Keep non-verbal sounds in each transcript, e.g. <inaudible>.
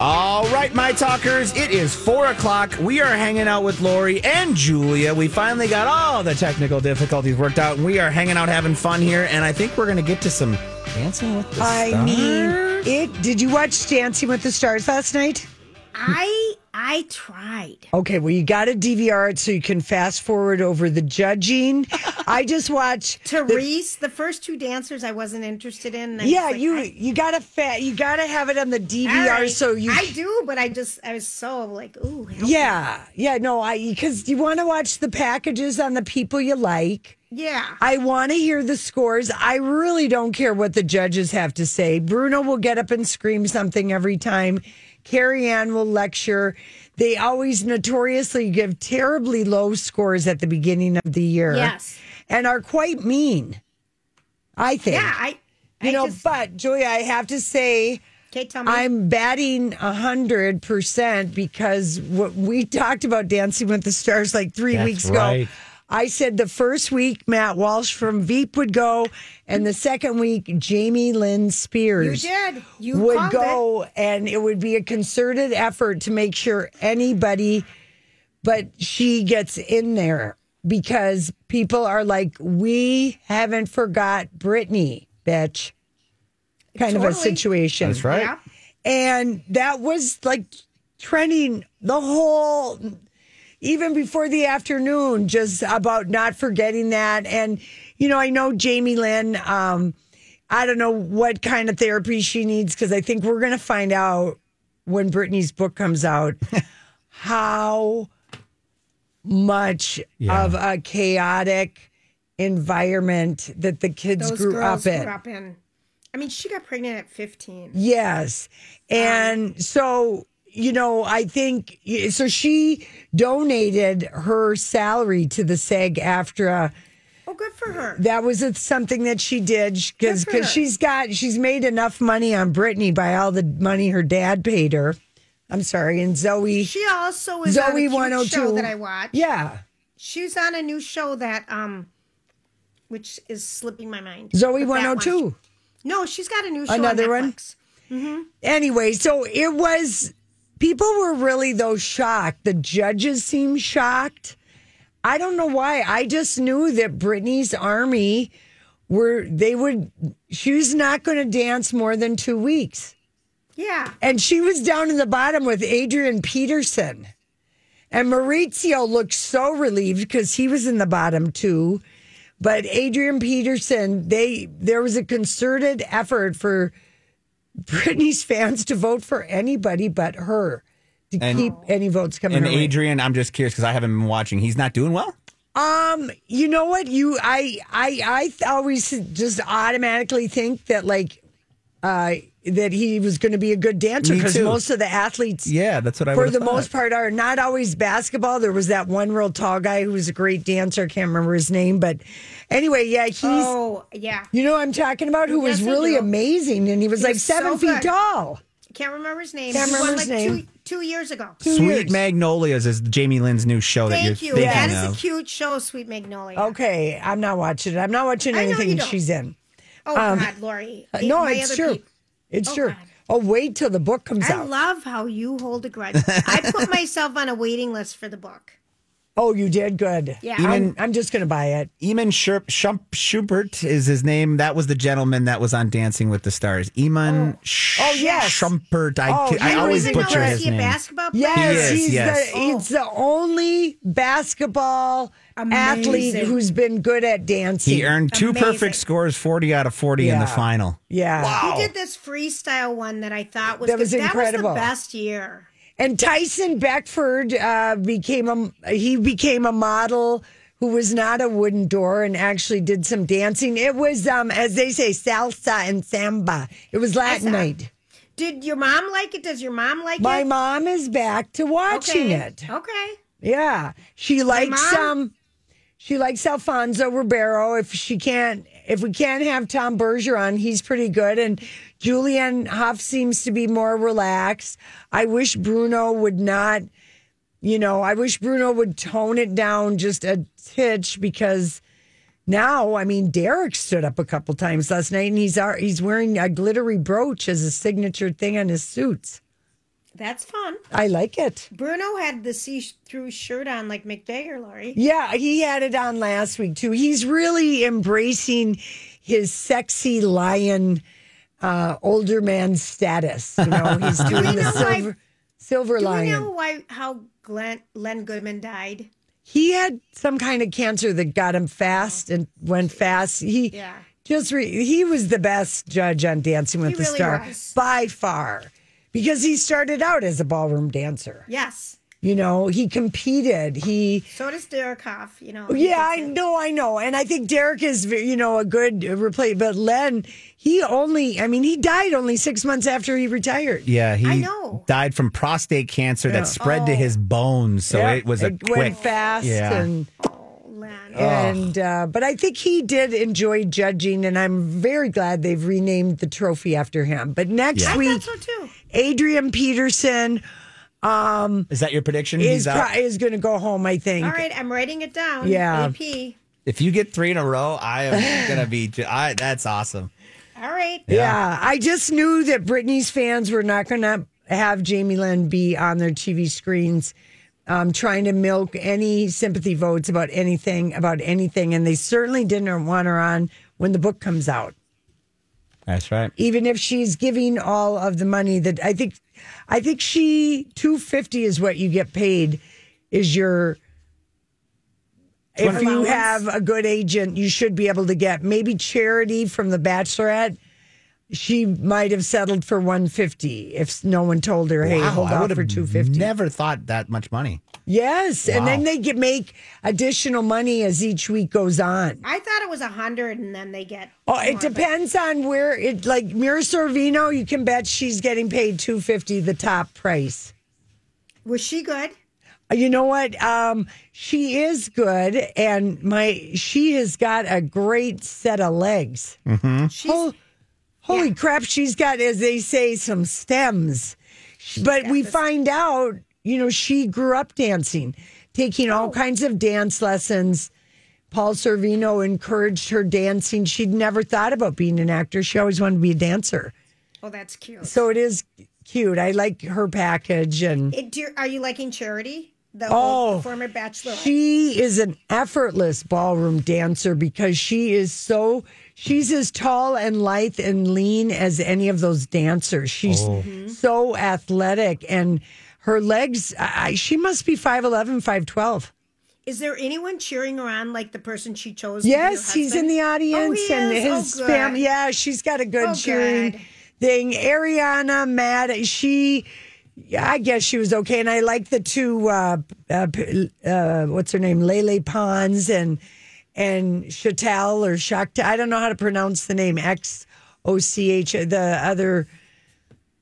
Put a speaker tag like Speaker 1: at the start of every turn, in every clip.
Speaker 1: All right, my talkers, it is four o'clock. We are hanging out with Lori and Julia. We finally got all the technical difficulties worked out. We are hanging out, having fun here, and I think we're going to get to some dancing with the
Speaker 2: I
Speaker 1: stars.
Speaker 2: mean, it. Did you watch Dancing with the Stars last night?
Speaker 3: I I tried.
Speaker 2: Okay, well, you got to DVR it so you can fast forward over the <laughs> judging. I just watched.
Speaker 3: Therese, the first two dancers I wasn't interested in. and I was
Speaker 2: Yeah,
Speaker 3: like,
Speaker 2: you
Speaker 3: I-
Speaker 2: you gotta fa- you gotta have it on the
Speaker 3: all
Speaker 2: DVR
Speaker 3: right,
Speaker 2: so you.
Speaker 3: I do, but I just I was so like, ooh, help.
Speaker 2: yeah, yeah, no, I because you want to watch the packages on the people you like.
Speaker 3: yeah.
Speaker 2: I want to hear the scores. I really don't care what the judges have to say. Bruno will get up and scream something every time. Carrie Ann will lecture. They always notoriously give terribly low scores at the beginning of the year.
Speaker 3: Yes.
Speaker 2: And are quite mean, I think.
Speaker 3: Yeah, I
Speaker 2: you
Speaker 3: I
Speaker 2: know,
Speaker 3: just,
Speaker 2: but Julia, I have to say,
Speaker 3: okay, tell me.
Speaker 2: I'm batting hundred percent because what we talked about Dancing with the Stars like three
Speaker 1: That's
Speaker 2: weeks
Speaker 1: right.
Speaker 2: ago. I said the first week Matt Walsh from Veep would go, and the second week Jamie Lynn
Speaker 3: you
Speaker 2: Spears
Speaker 3: did. You
Speaker 2: would
Speaker 3: called it.
Speaker 2: go, and it would be a concerted effort to make sure anybody but she gets in there because people are like, we haven't forgot Britney, bitch. Kind of a
Speaker 3: Totally.
Speaker 2: situation.
Speaker 1: That's right.
Speaker 3: Yeah.
Speaker 2: And that was like trending the whole, even before the afternoon, just about not forgetting that. And, you know, I know Jamie Lynn, um, I don't know what kind of therapy she needs because I think we're going to find out when Brittany's book comes out how much
Speaker 1: Yeah.
Speaker 2: of a chaotic environment that the kids
Speaker 3: Those
Speaker 2: grew
Speaker 3: girls
Speaker 2: up in.
Speaker 3: grew up in. I mean, she got pregnant at 15.
Speaker 2: Yes. And so, you know, I think so. She donated her salary to the SAG AFTRA.
Speaker 3: Oh, good for her.
Speaker 2: That was it- something that she did because
Speaker 3: Good for her.
Speaker 2: she's got, she's made enough money on Brittany by all the money her dad paid her. I'm sorry. And Zoe,
Speaker 3: She also is on a
Speaker 2: Zoe
Speaker 3: cute
Speaker 2: 102.
Speaker 3: show that I watch.
Speaker 2: Yeah.
Speaker 3: She's on a new show that um which is slipping my mind.
Speaker 2: Zoe
Speaker 3: But that one.
Speaker 2: 102.
Speaker 3: No, she's got a new show
Speaker 2: Another one?
Speaker 3: on Netflix.
Speaker 2: anyway, so it was people were really though shocked. The judges seemed shocked. I don't know why. I just knew that Britney's army were they would she was not going to dance more than 2 weeks.
Speaker 3: Yeah.
Speaker 2: And she was down in the bottom with Adrian Peterson. And Maurizio looked so relieved because he was in the bottom too. But Adrian Peterson, they there was a concerted effort for Britney's fans to vote for anybody but her to
Speaker 1: And-
Speaker 2: keep any votes coming.
Speaker 1: And
Speaker 2: her way.
Speaker 1: Adrian, I'm just curious because I haven't been watching. He's not doing well.
Speaker 2: Um, you know what? You, I, I, I th- always just automatically think that like, uh, that he was going to be a good dancer
Speaker 1: Me
Speaker 2: because
Speaker 1: too.
Speaker 2: most of the athletes,
Speaker 1: Yeah, that's what I
Speaker 2: for
Speaker 1: would've
Speaker 2: the
Speaker 1: thought.
Speaker 2: most part, are not always basketball. There was that one real tall guy who was a great dancer. I can't remember his name, but anyway, yeah, he's.
Speaker 3: Oh, yeah.
Speaker 2: You know what I'm talking about? Who was
Speaker 3: Yes, I
Speaker 2: really
Speaker 3: do.
Speaker 2: amazing, and he was like
Speaker 3: was
Speaker 2: seven
Speaker 3: so
Speaker 2: feet
Speaker 3: good.
Speaker 2: tall.
Speaker 3: Can't remember his name.
Speaker 2: Can't
Speaker 3: He
Speaker 2: remember
Speaker 3: won,
Speaker 2: his
Speaker 3: like,
Speaker 2: name.
Speaker 3: Two, two years ago.
Speaker 1: Sweet
Speaker 2: years.
Speaker 1: Magnolias is Jamie Lynn's new show
Speaker 3: Thank
Speaker 1: that
Speaker 3: you.
Speaker 1: you're thinking
Speaker 3: That is
Speaker 1: of.
Speaker 3: a cute show, Sweet Magnolia.
Speaker 2: Oh, Okay, I'm not watching it. I'm not watching
Speaker 3: I know you
Speaker 2: anything
Speaker 3: don't.
Speaker 2: she's in.
Speaker 3: Oh God, Lori.
Speaker 2: Uh,
Speaker 3: It-
Speaker 2: no,
Speaker 3: my
Speaker 2: it's
Speaker 3: other
Speaker 2: true.
Speaker 3: peop-
Speaker 2: It's
Speaker 3: Oh,
Speaker 2: true.
Speaker 3: God.
Speaker 2: Oh, wait till the book comes
Speaker 3: I
Speaker 2: out.
Speaker 3: love how you hold a grudge.
Speaker 2: <laughs>
Speaker 3: I put myself on a waiting list for the book.
Speaker 2: Oh, you did good.
Speaker 3: Yeah.
Speaker 2: I'm,
Speaker 1: Even-
Speaker 2: I'm just gonna buy it.
Speaker 1: Eamon Sher- Shump- Schubert is his name. That was the gentleman that was on Dancing with the Stars. Eamon Sh-
Speaker 2: Oh, yes.
Speaker 1: Schumpert. I,
Speaker 2: Oh,
Speaker 1: ki- I
Speaker 2: he was
Speaker 1: always
Speaker 2: in
Speaker 1: butcher
Speaker 2: Alexia
Speaker 1: his name.
Speaker 3: basketball player?
Speaker 2: Yes,
Speaker 1: He is,
Speaker 2: he's
Speaker 1: yes.
Speaker 2: the he's the only basketball athlete
Speaker 3: Amazing.
Speaker 2: who's been good at dancing.
Speaker 1: He earned two
Speaker 3: Amazing.
Speaker 1: perfect scores, 40 out of 40 in the
Speaker 2: Yeah.
Speaker 1: final.
Speaker 2: yeah.
Speaker 3: He did this freestyle one that I thought was
Speaker 2: That was
Speaker 3: good.
Speaker 2: incredible.
Speaker 3: That was the best year.
Speaker 2: And Tyson Beckford uh, became a he became a model who was not a wooden door and actually did some dancing. It was um as they say salsa and samba. It was Latin
Speaker 3: Salsa.
Speaker 2: night.
Speaker 3: Did your mom like it? Does your mom like
Speaker 2: My
Speaker 3: it?
Speaker 2: mom is back to watching
Speaker 3: okay.
Speaker 2: it.
Speaker 3: Okay.
Speaker 2: Yeah. She likes
Speaker 3: mom-
Speaker 2: um she likes Alfonso Ribeiro. If she can't if we can't have Tom Bergeron, he's pretty good. And Julianne Hough seems to be more relaxed. I wish Bruno would not, you know, I wish Bruno would tone it down just a titch because now, I mean, Derek stood up a couple times last night, and he's ar- he's wearing a glittery brooch as a signature thing on his suits.
Speaker 3: That's fun.
Speaker 2: I like it.
Speaker 3: Bruno had the see-through shirt on like Mick Jagger, Laurie.
Speaker 2: Yeah, he had it on last week too. He's really embracing his sexy lion, uh, older man status. You know,
Speaker 3: <laughs>
Speaker 2: he's doing
Speaker 3: we
Speaker 2: the
Speaker 3: know why-
Speaker 2: silver, silver
Speaker 3: Do we
Speaker 2: lion.
Speaker 3: know why how Glenn Len Goodman died?
Speaker 2: He had some kind of cancer that got him fast and went fast. He
Speaker 3: Yeah.
Speaker 2: just re- he was the best judge on Dancing with
Speaker 3: He
Speaker 2: the
Speaker 3: really
Speaker 2: Stars
Speaker 3: was.
Speaker 2: by far because he started out as a ballroom dancer.
Speaker 3: Yes.
Speaker 2: You know, he competed. He
Speaker 3: So does Derek Hoff, you know.
Speaker 2: Oh, Yeah, I know, I know, and I think Derek is, ve- you know, a good replacement. But Len, he only, I mean, he died only six months after he retired.
Speaker 1: Yeah, he
Speaker 3: I know.
Speaker 1: died from prostate cancer that spread to his bones, so
Speaker 2: Yeah,
Speaker 1: it was a
Speaker 2: it
Speaker 1: quick.
Speaker 2: went fast,
Speaker 1: Yeah.
Speaker 2: and
Speaker 3: Oh, Len.
Speaker 2: and uh, but I think he did enjoy judging, and I'm very glad they've renamed the trophy after him. But next
Speaker 1: Yeah.
Speaker 3: I
Speaker 2: week,
Speaker 3: thought so too.
Speaker 2: Adrian Peterson
Speaker 1: Is that your prediction?
Speaker 2: is
Speaker 1: He's out.
Speaker 2: pro- is going to go home. I think.
Speaker 3: All right, I'm writing it down.
Speaker 2: Yeah.
Speaker 3: AP.
Speaker 1: if you get three in a row, I am gonna be. ju- I, that's awesome.
Speaker 3: All right.
Speaker 2: Yeah, I just knew that Britney's fans were not going to have Jamie Lynn be on their TV screens, um, trying to milk any sympathy votes about anything about anything, and they certainly didn't want her on when the book comes out.
Speaker 1: That's right.
Speaker 2: Even if she's giving all of the money that I think, I think she two fifty is what you get paid, is your. If you
Speaker 3: Allowance?
Speaker 2: have a good agent, you should be able to get maybe charity from the Bachelorette she might have settled for 150 if no one told her hey
Speaker 1: Wow,
Speaker 2: hold
Speaker 1: I
Speaker 2: out
Speaker 1: would've
Speaker 2: for 250
Speaker 1: Never thought that much money.
Speaker 2: yes and then
Speaker 1: Wow.
Speaker 2: they can make additional money as each week goes on
Speaker 3: I thought it was a hundred and then they get
Speaker 2: oh it
Speaker 3: more,
Speaker 2: depends on where it like mira sorvino you can bet she's getting paid 250 the top price
Speaker 3: but- Was she good?
Speaker 2: you know what um she is good and my she has got a great set of legs
Speaker 3: She's
Speaker 2: Hol- holy crap, she's got, as they say, some stems. but we find out, you know, she grew up dancing, taking all kinds of dance lessons. Paul Servino encouraged her dancing. She'd never thought about being an actor. She always wanted to be a dancer.
Speaker 3: oh that's cute.
Speaker 2: So it is cute. I like her package and
Speaker 3: It, Eh, do, are you liking Charity? The
Speaker 2: Oh,
Speaker 3: old, former bachelor.
Speaker 2: She is an effortless ballroom dancer because she is so she's as tall and lithe and lean as any of those dancers. She's so athletic and her legs I, she must be 5'11 5'12.
Speaker 3: Is there anyone cheering her on like the person she chose? to be her
Speaker 2: Yes, he's in
Speaker 3: husband?
Speaker 2: the uh, audience
Speaker 3: Oh, he
Speaker 2: and
Speaker 3: is?
Speaker 2: his
Speaker 3: Oh, good.
Speaker 2: family. Yeah, she's got a good
Speaker 3: Oh,
Speaker 2: cheering
Speaker 3: good.
Speaker 2: thing. Ariana Matt, she, I guess she was okay. And I like the two, uh, uh, p- uh, what's her name, Lele Pons and and Chatel or Shakta. I don't know how to pronounce the name. X O C H. The other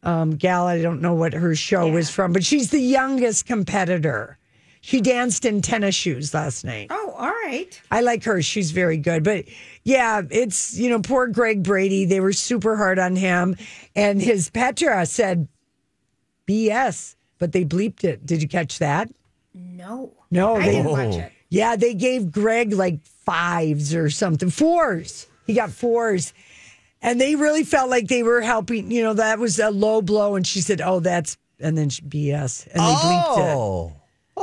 Speaker 2: um, gal, I don't know what her show was from, but she's the youngest competitor. She danced in tennis shoes last night.
Speaker 3: Oh, all right.
Speaker 2: I like her. She's very good. But yeah, it's, you know, poor Greg Brady. They were super hard on him. And his Petra said BS, but they bleeped it. Did you catch that?
Speaker 3: No.
Speaker 2: No,
Speaker 3: I
Speaker 2: they,
Speaker 3: didn't watch it.
Speaker 2: yeah, they gave Greg like fives or something, fours. He got fours. And they really felt like they were helping. You know, that was a low blow. And she said, oh, that's, and then she, BS. And they bleeped it
Speaker 1: Oh,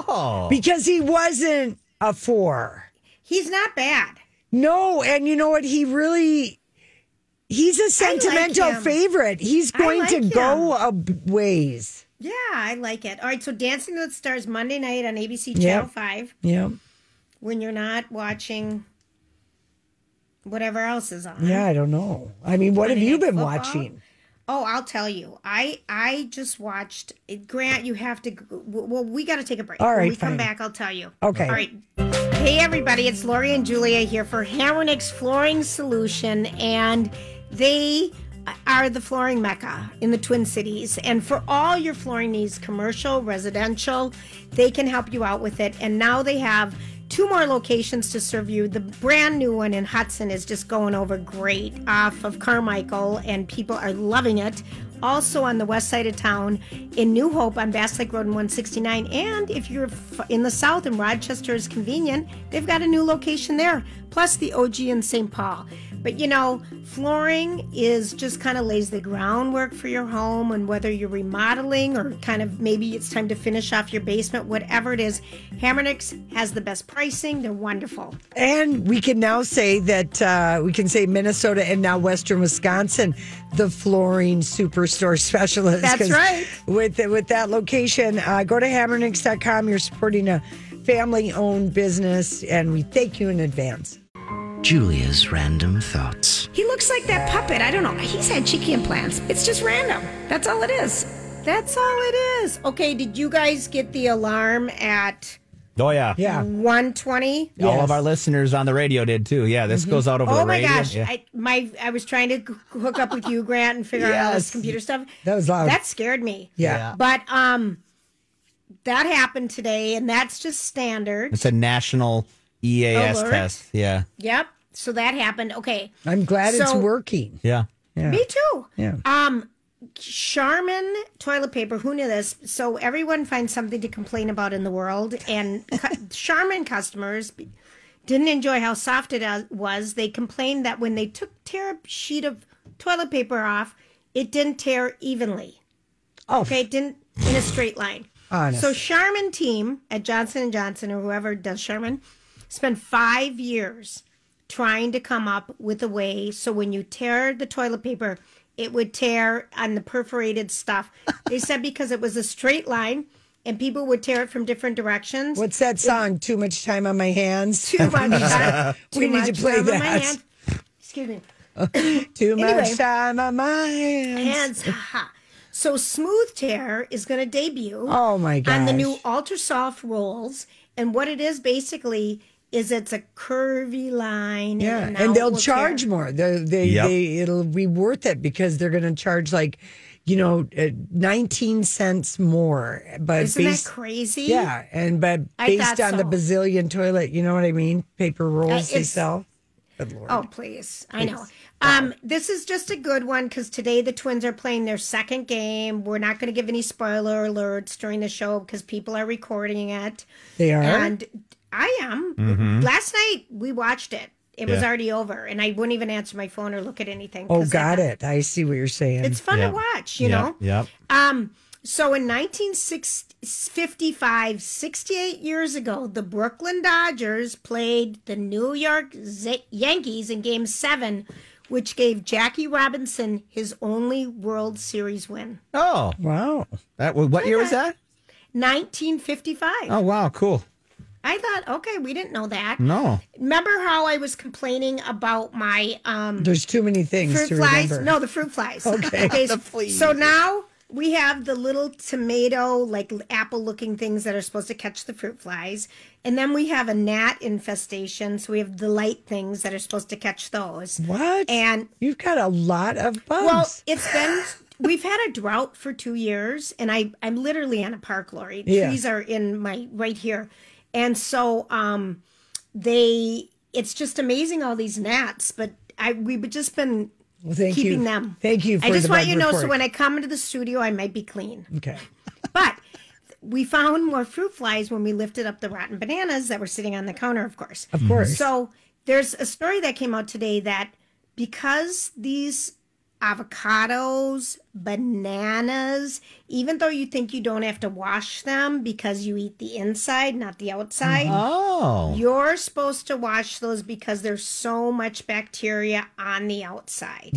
Speaker 1: oh,
Speaker 2: because he wasn't a four.
Speaker 3: He's not bad.
Speaker 2: No, and you know what? He really he's a sentimental
Speaker 3: him.
Speaker 2: favorite. He's going
Speaker 3: like
Speaker 2: to
Speaker 3: him.
Speaker 2: go a b- ways.
Speaker 3: Yeah, I like it. All right, so Dancing with the Stars Monday night on ABC
Speaker 2: Yeah.
Speaker 3: Channel 5
Speaker 2: Yeah.
Speaker 3: when you're not watching whatever else is on.
Speaker 2: Yeah, I don't know. I mean, what have
Speaker 3: Monday
Speaker 2: you
Speaker 3: Night
Speaker 2: been
Speaker 3: Football?
Speaker 2: watching?
Speaker 3: Oh, I'll tell you. I I just watched Grant. You have to. g- w- Well, we got to take a break.
Speaker 2: All
Speaker 3: when
Speaker 2: right,
Speaker 3: we
Speaker 2: fine.
Speaker 3: come back, I'll tell you.
Speaker 2: Okay.
Speaker 3: All right. Hey everybody, it's Lori and Julia here for Hammer and Exploring Solution, and they are the flooring mecca in the Twin Cities. And for all your flooring needs, commercial, residential, they can help you out with it. And now they have two more locations to serve you. The brand new one in Hudson is just going over great off of Carmichael, and people are loving it. Also on the west side of town in New Hope on Bass Lake Road and 169. And if you're f- in the south and Rochester is convenient, they've got a new location there, plus the OG in St. Paul. But you know, flooring is just kind of lays the groundwork for your home, and whether you're remodeling or kind of maybe it's time to finish off your basement, whatever it is, Hammernix has the best pricing. They're wonderful.
Speaker 2: And we can now say that uh, we can say Minnesota and now Western Wisconsin, the flooring superstore <laughs> specialist.
Speaker 3: That's
Speaker 2: 'Cause
Speaker 3: right.
Speaker 2: With with that location, uh, go to hammernix.com. You're supporting a family owned business, and we thank you in advance.
Speaker 4: Julia's random thoughts.
Speaker 3: He looks like that puppet. I don't know. He's had cheeky implants. It's just random. That's all it is. That's all it is. Okay, did you guys get the alarm at
Speaker 1: Oh yeah.
Speaker 2: Yeah.
Speaker 3: 120?
Speaker 1: All of our listeners on the radio did too. Yeah, this goes out over
Speaker 3: Oh
Speaker 1: the
Speaker 3: my
Speaker 1: radio.
Speaker 3: gosh!
Speaker 1: Yeah.
Speaker 3: I my I was trying to g- hook up with you, Grant, and figure out all this
Speaker 2: Yes.
Speaker 3: computer stuff.
Speaker 2: That was loud.
Speaker 3: That scared me.
Speaker 2: Yeah.
Speaker 3: But um, that happened today, and that's just standard.
Speaker 1: It's a national EAS
Speaker 3: Alert.
Speaker 1: test. Yeah.
Speaker 3: Yep. So that happened. Okay.
Speaker 2: I'm glad it's
Speaker 3: So-
Speaker 2: working.
Speaker 1: Yeah.
Speaker 3: Me too.
Speaker 2: Yeah.
Speaker 3: Um, Charmin toilet paper. Who knew this? So everyone finds something to complain about in the world, and
Speaker 2: <laughs>
Speaker 3: cu- Charmin customers b- didn't enjoy how soft it uh, was. They complained that when they took tear a sheet of toilet paper off, it didn't tear evenly.
Speaker 2: Oh,
Speaker 3: Okay, it didn't in a straight line.
Speaker 2: Honest.
Speaker 3: So Charmin team at Johnson and Johnson or whoever does Charmin spent five years trying to come up with a way so when you tear the toilet paper, it would tear on the perforated stuff. They said because it was a straight line and people would tear it from different directions.
Speaker 2: what's that song? Too much time on my hands.
Speaker 3: <laughs>
Speaker 2: <laughs>
Speaker 3: Too much. time-
Speaker 2: We
Speaker 3: too
Speaker 2: need
Speaker 3: much
Speaker 2: to play
Speaker 3: time on my
Speaker 2: that.
Speaker 3: hand. Excuse me.
Speaker 2: Too
Speaker 3: Anyway.
Speaker 2: much time on my hands.
Speaker 3: Hands. Ha. So Smooth Tear is going to debut.
Speaker 2: Oh my god!
Speaker 3: on the new ultra soft rolls and what it is basically is it's a curvy line
Speaker 2: Yeah,
Speaker 3: now
Speaker 2: and
Speaker 3: it
Speaker 2: they'll
Speaker 3: will
Speaker 2: charge
Speaker 3: tear.
Speaker 2: more. They they,
Speaker 1: Yep.
Speaker 2: they it'll be worth it because they're going to charge like, you know, uh, nineteen cents more. But
Speaker 3: isn't
Speaker 2: based-
Speaker 3: that crazy
Speaker 2: yeah, and but
Speaker 3: I
Speaker 2: based
Speaker 3: thought
Speaker 2: on the
Speaker 3: so.
Speaker 2: bazillion toilet, you know what I mean? Paper rolls they
Speaker 3: it's-
Speaker 2: sell. Good lord!
Speaker 3: oh please i know um this is just a good one because today the twins are playing their second game we're not going to give any spoiler alerts during the show because people are recording it
Speaker 2: they are.
Speaker 3: and i am
Speaker 2: Mm-hmm.
Speaker 3: last night we watched it it was
Speaker 1: Yeah.
Speaker 3: already over and i wouldn't even answer my phone or look at anything
Speaker 2: oh,
Speaker 3: 'cause I
Speaker 2: got
Speaker 3: thought,
Speaker 2: it. I see what you're saying.
Speaker 3: it's fun
Speaker 1: Yeah.
Speaker 3: to watch you
Speaker 1: yeah.
Speaker 3: know
Speaker 1: Yep.
Speaker 3: Um, so in 1955, 68 years ago, the Brooklyn Dodgers played the New York Z- Yankees in Game 7, which gave Jackie Robinson his only World Series win.
Speaker 1: Oh,
Speaker 2: wow.
Speaker 1: that was what year was that?
Speaker 3: 1955.
Speaker 1: Oh wow, cool.
Speaker 3: I thought, okay, we didn't know that.
Speaker 1: No.
Speaker 3: Remember how I was complaining about my um,
Speaker 2: There's too many things
Speaker 3: fruit
Speaker 2: to
Speaker 3: flies.
Speaker 2: remember.
Speaker 3: No, the
Speaker 2: <laughs>
Speaker 3: fruit flies. Okay. So now we have the little tomato, like apple looking things that are supposed to catch the fruit flies. And then we have a gnat infestation. So we have the light things that are supposed to catch those.
Speaker 2: what?
Speaker 3: And
Speaker 2: you've got a lot of bugs.
Speaker 3: well, it's been we've had a drought for two years, and I I'm literally on a park lorry.
Speaker 2: Yeah.
Speaker 3: Trees are in my right here, and so um, they it's just amazing all these gnats. But I we've just been
Speaker 2: Well, thank
Speaker 3: keeping
Speaker 2: you.
Speaker 3: them.
Speaker 2: Thank you. For
Speaker 3: I just
Speaker 2: the
Speaker 3: want
Speaker 2: bug
Speaker 3: you to know so
Speaker 2: report.
Speaker 3: when I come into the studio, I might be clean.
Speaker 2: okay.
Speaker 3: But we found more fruit flies when we lifted up the rotten bananas that were sitting on the counter, of course. Of
Speaker 2: course.
Speaker 3: So there's a story that came out today that because these avocados, bananas, even though you think you don't have to wash them because you eat the inside, not the outside,
Speaker 2: Uh-huh.
Speaker 1: Oh.
Speaker 3: you're supposed to wash those because there's so much bacteria on the outside.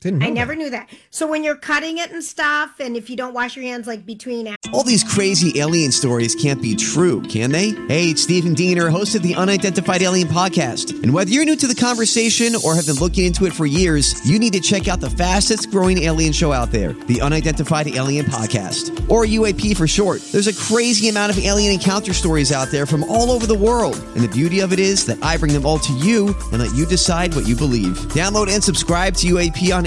Speaker 1: Didn't know
Speaker 3: I never knew that. So when you're cutting it and stuff, and if you don't wash your hands like between
Speaker 5: All these crazy alien stories can't be true, can they? Hey, it's Stephen Diener, host of the Unidentified Alien Podcast. And whether you're new to the conversation or have been looking into it for years, you need to check out the fastest growing alien show out there, the Unidentified Alien Podcast, or UAP for short. There's a crazy amount of alien encounter stories out there from all over the world. And the beauty of it is that I bring them all to you and let you decide what you believe. Download and subscribe to UAP on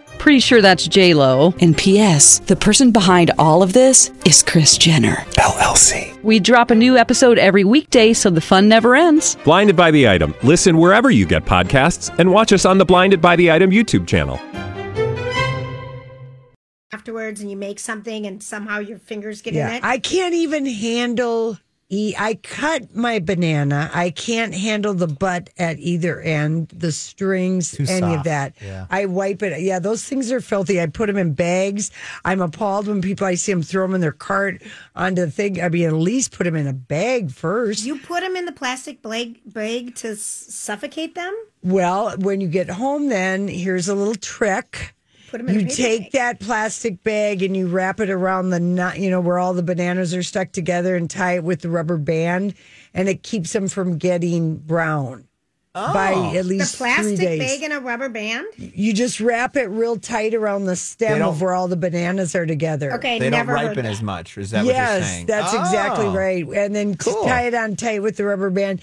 Speaker 6: Pretty sure that's J Lo.
Speaker 7: And P.S. The person behind all of this is Chris Jenner.
Speaker 8: LLC.
Speaker 6: We drop a new episode every weekday, so the fun never ends.
Speaker 8: Blinded by the item. Listen wherever you get podcasts, and watch us on the Blinded by the Item YouTube channel.
Speaker 3: afterwards and you make something and somehow your fingers get in
Speaker 2: Yeah,
Speaker 3: it.
Speaker 2: I can't even handle. E- I cut my banana. I can't handle the butt at either end, the strings,
Speaker 1: Too
Speaker 2: any
Speaker 1: soft,
Speaker 2: of that.
Speaker 1: yeah.
Speaker 2: I wipe it. Yeah, those things are filthy. I put them in bags. I'm appalled when people I see them throw them in their cart onto the thing. I mean, at least put them in a bag first.
Speaker 3: you put them in the plastic bag, bag to s- suffocate them.
Speaker 2: Well, when you get home, then here's a little trick.
Speaker 3: Put them in a
Speaker 2: You
Speaker 3: paper
Speaker 2: take
Speaker 3: bag.
Speaker 2: that plastic bag and you wrap it around the nut, you know, where all the bananas are stuck together and tie it with the rubber band, and it keeps them from getting brown by at
Speaker 3: Oh. the
Speaker 2: least three
Speaker 3: plastic
Speaker 2: days.
Speaker 3: bag in a rubber band.
Speaker 2: you just wrap it real tight around the
Speaker 1: They
Speaker 2: stem
Speaker 1: don't-
Speaker 2: of where all the bananas are together.
Speaker 3: Okay,
Speaker 1: they don't
Speaker 3: never heard
Speaker 1: ripen
Speaker 3: that.
Speaker 1: as much. Is that what you're
Speaker 2: Yes,
Speaker 1: saying?
Speaker 2: that's exactly
Speaker 1: Oh.
Speaker 2: right. And then just
Speaker 1: Cool.
Speaker 2: tie it on tight with the rubber band.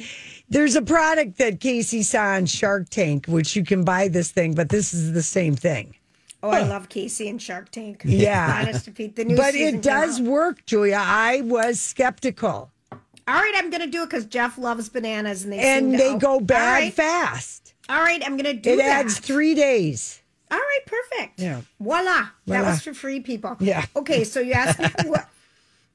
Speaker 2: There's a product that Casey saw on Shark Tank, which you can buy this thing, but this is the same thing.
Speaker 3: Oh, I love Casey and Shark Tank.
Speaker 2: Yeah.
Speaker 3: <laughs> honest to Pete, the new
Speaker 2: but
Speaker 3: season
Speaker 2: it does
Speaker 3: came out.
Speaker 2: work, Julia. I was skeptical,
Speaker 3: All right, I'm gonna do it because Jeff loves bananas and they seem
Speaker 2: and
Speaker 3: to-
Speaker 2: they
Speaker 3: oh,
Speaker 2: go bad
Speaker 3: All right,
Speaker 2: fast.
Speaker 3: all right I'm gonna do
Speaker 2: It
Speaker 3: that.
Speaker 2: adds three days.
Speaker 3: All right, perfect.
Speaker 2: Yeah.
Speaker 3: Voila. That
Speaker 2: Voila.
Speaker 3: was for free, people.
Speaker 2: Yeah.
Speaker 3: Okay, so you asked me
Speaker 2: <laughs>
Speaker 3: what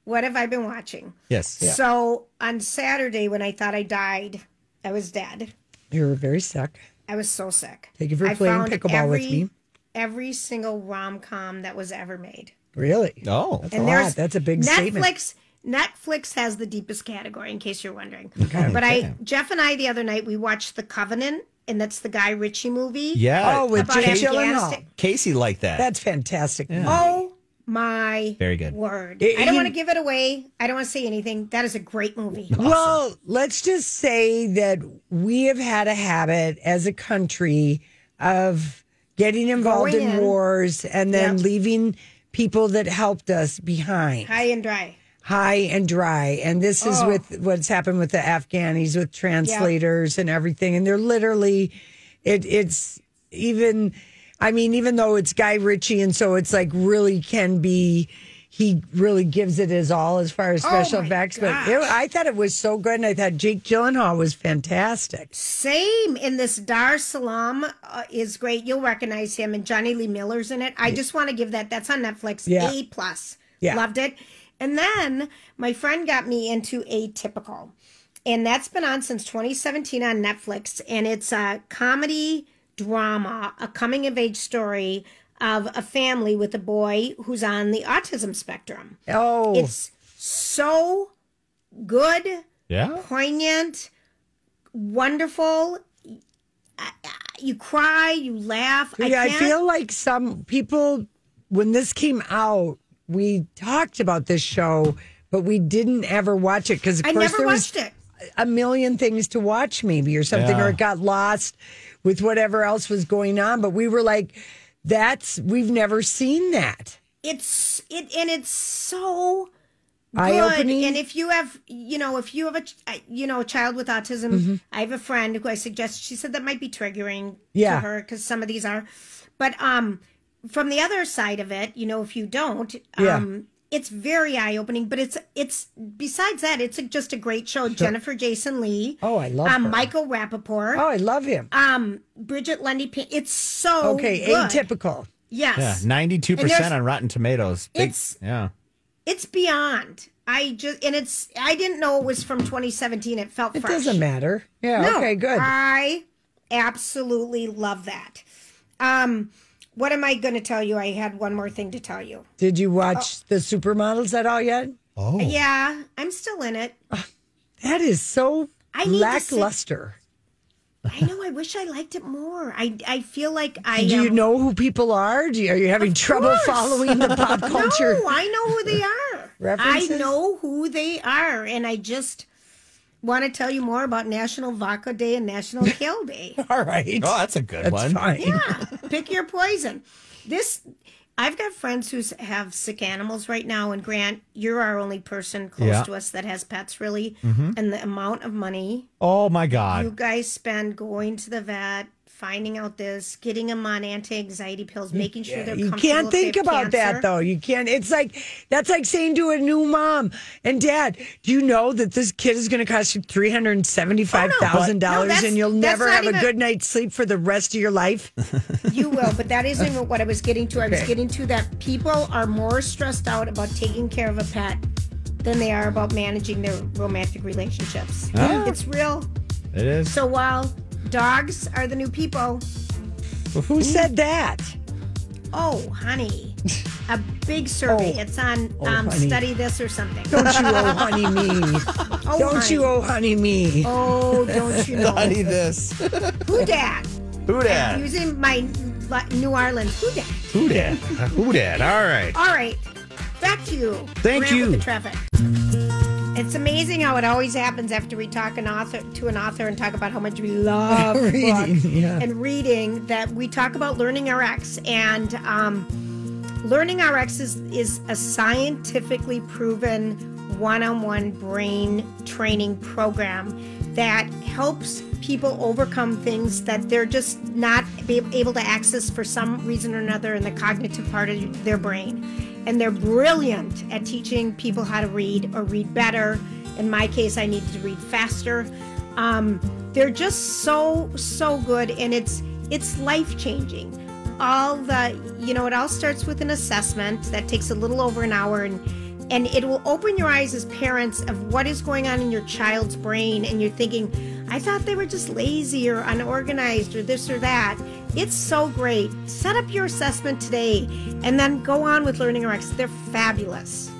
Speaker 3: what have I been watching?
Speaker 1: Yes.
Speaker 3: So on Saturday when I thought I died, I was dead.
Speaker 2: You were very sick.
Speaker 3: I was so sick.
Speaker 2: Thank you for
Speaker 3: I
Speaker 2: playing
Speaker 3: found
Speaker 2: pickleball with me.
Speaker 3: Every single rom com that was ever made.
Speaker 2: Really?
Speaker 1: Oh.
Speaker 2: That's a lot. That's a big
Speaker 3: Netflix,
Speaker 2: statement.
Speaker 3: Netflix has the deepest category, in case you're wondering. But I, Jeff and I, the other night, we watched The Covenant, and that's the Guy Ritchie movie.
Speaker 1: Yeah.
Speaker 2: Oh, with
Speaker 3: About
Speaker 2: Jake
Speaker 3: Afghanistan.
Speaker 2: Gyllenhaal.
Speaker 1: Casey liked that.
Speaker 2: That's fantastic.
Speaker 3: Oh my
Speaker 1: Very good.
Speaker 3: word.
Speaker 2: It-
Speaker 3: I don't
Speaker 2: you-
Speaker 3: want to give it away. I don't want to say anything. That is a great movie.
Speaker 2: Well, let's just say that we have had a habit as a country of getting involved
Speaker 3: Going
Speaker 2: in,
Speaker 3: in.
Speaker 2: wars and then
Speaker 3: Yep.
Speaker 2: leaving people that helped us behind.
Speaker 3: High and dry.
Speaker 2: high and dry. And this
Speaker 3: Oh.
Speaker 2: is with what's happened with the Afghanis with translators and everything. And they're literally, it it's even, I mean, even though it's Guy Ritchie, and so it's like really can be. He really gives it his all as far as special
Speaker 3: Oh my
Speaker 2: effects, but it,
Speaker 3: gosh.
Speaker 2: I thought it was so good, and I thought Jake Gyllenhaal was fantastic.
Speaker 3: Same in this Dar Salaam uh, is great. You'll recognize him, and Johnny Lee Miller's in it. I just want to give that. That's on Netflix.
Speaker 2: Yeah.
Speaker 3: A plus.
Speaker 2: Yeah.
Speaker 3: Loved it. And then my friend got me into Atypical, and that's been on since 2017 on Netflix, and it's a comedy drama, a coming of age story of a family with a boy who's on the autism spectrum.
Speaker 2: Oh,
Speaker 3: It's so good
Speaker 1: yeah.
Speaker 3: poignant, wonderful. I- I- You cry, you laugh.
Speaker 2: Yeah, I,
Speaker 3: can't-
Speaker 2: feel like some people, when this came out, we talked about this show, but we didn't ever watch it because, of
Speaker 3: I
Speaker 2: course,
Speaker 3: never
Speaker 2: there
Speaker 3: watched
Speaker 2: was
Speaker 3: it.
Speaker 2: a million things to watch, maybe or something, or
Speaker 1: Yeah.
Speaker 2: it got lost with whatever else was going on. But we were like, "That's we've never seen that."
Speaker 3: It's it and it's so good.
Speaker 2: Eye-opening?
Speaker 3: And if you have, you know, if you have a, ch- uh, you know, a child with autism,
Speaker 2: Mm-hmm.
Speaker 3: I have a friend who I suggest. She said that might be triggering
Speaker 2: Yeah.
Speaker 3: to her because some of these are, but um, from the other side of it, you know, if you don't,
Speaker 2: Yeah.
Speaker 3: um, it's very eye opening. But it's it's besides that, it's a, just a great show. Jennifer Jason Lee.
Speaker 2: Oh, I love
Speaker 3: um,
Speaker 2: her.
Speaker 3: Michael Rappaport.
Speaker 2: Oh, I love him.
Speaker 3: Um, Bridget Lundy. Pin- It's so
Speaker 2: okay,
Speaker 3: Oh, good.
Speaker 2: atypical.
Speaker 3: Yes,
Speaker 1: Yeah. Ninety-two
Speaker 3: And there's-
Speaker 1: percent on Rotten Tomatoes. Big-
Speaker 3: It's-
Speaker 1: yeah.
Speaker 3: it's beyond. I just and it's. I didn't know it was from 2017. It felt.
Speaker 2: It
Speaker 3: fresh.
Speaker 2: doesn't matter. Yeah.
Speaker 3: No, Uh,
Speaker 2: okay. Good.
Speaker 3: I absolutely love that. Um, what am I going to tell you? I had one more thing to tell you.
Speaker 2: Did you watch
Speaker 3: oh.
Speaker 2: the supermodels at all yet?
Speaker 1: Oh.
Speaker 3: Yeah, I'm still in it.
Speaker 2: That is so
Speaker 3: I need to see-
Speaker 2: lackluster.
Speaker 3: I know. I wish I liked it more. I I feel like I.
Speaker 2: Do you
Speaker 3: um,
Speaker 2: know who people are? Do you, are you having trouble
Speaker 3: course.
Speaker 2: following the
Speaker 3: <laughs>
Speaker 2: pop culture?
Speaker 3: No, I know who they are. I
Speaker 2: References?
Speaker 3: know who they are, and I just want to tell you more about National Vodka Day
Speaker 2: <laughs>
Speaker 3: and National Kale Day.
Speaker 2: All right.
Speaker 1: Oh, that's a good
Speaker 2: That's
Speaker 1: one.
Speaker 2: fine.
Speaker 3: yeah, <laughs> pick your poison. This, I've got friends who have sick animals right now, and Grant, you're our only person close
Speaker 1: Yeah.
Speaker 3: to us that has pets, really.
Speaker 2: Mm-hmm.
Speaker 3: And the amount of money
Speaker 1: Oh my
Speaker 3: you
Speaker 1: god.
Speaker 3: guys spend going to the vet, finding out this, getting them on anti-anxiety pills, making sure they're
Speaker 2: You
Speaker 3: comfortable.
Speaker 2: can't
Speaker 3: if they
Speaker 2: think
Speaker 3: have
Speaker 2: about
Speaker 3: cancer.
Speaker 2: that though. You can't. It's like that's like saying to a new mom and dad, "Do you know that this kid is going to cost you three hundred seventy-five thousand
Speaker 3: No,
Speaker 2: dollars,
Speaker 3: that's-
Speaker 2: and you'll
Speaker 3: that's
Speaker 2: never
Speaker 3: not
Speaker 2: have
Speaker 3: even-
Speaker 2: a good night's sleep for the rest of your life?"
Speaker 3: You will, but that isn't what I was getting to. I was getting to that people are more stressed out about taking care of a pet than they are about managing their romantic relationships.
Speaker 2: Ah.
Speaker 3: It's real.
Speaker 1: It is.
Speaker 3: So while dogs are the new people,
Speaker 1: <laughs>
Speaker 2: Who said
Speaker 3: <laughs>
Speaker 2: that?
Speaker 3: oh, honey, a big survey. it's on um,
Speaker 2: Oh. honey.
Speaker 3: Study This or something.
Speaker 2: Don't you oh honey me?
Speaker 3: Oh,
Speaker 2: Don't
Speaker 3: honey.
Speaker 2: you oh honey me?
Speaker 3: Oh,
Speaker 2: <laughs>
Speaker 3: don't you know? <laughs>
Speaker 1: this.
Speaker 3: Who dat?
Speaker 1: Who dat?
Speaker 3: Using my li- New Orleans. Who dat?
Speaker 1: Who
Speaker 3: <laughs>
Speaker 1: dat? Who dat? All right.
Speaker 3: All right, back to you.
Speaker 1: Thank
Speaker 3: Grant
Speaker 1: you.
Speaker 3: With the traffic. It's amazing how it always happens after we talk an author to an author and talk about
Speaker 2: <laughs>
Speaker 3: how much we love reading and reading that we talk about learning RX and um, learning RX is is a scientifically proven one-on-one brain training program that helps people overcome things that they're just not be able to access for some reason or another in the cognitive part of their brain. And they're brilliant at teaching people how to read or read better. In my case, I needed to read faster. Um, they're just so so good, and it's it's life changing all the you know it all starts with an assessment that takes a little over an hour and and it will open your eyes as parents of what is going on in your child's brain and you're thinking i thought they were just lazy or unorganized or this or that it's so great set up your assessment today and then go on with learning rx they're fabulous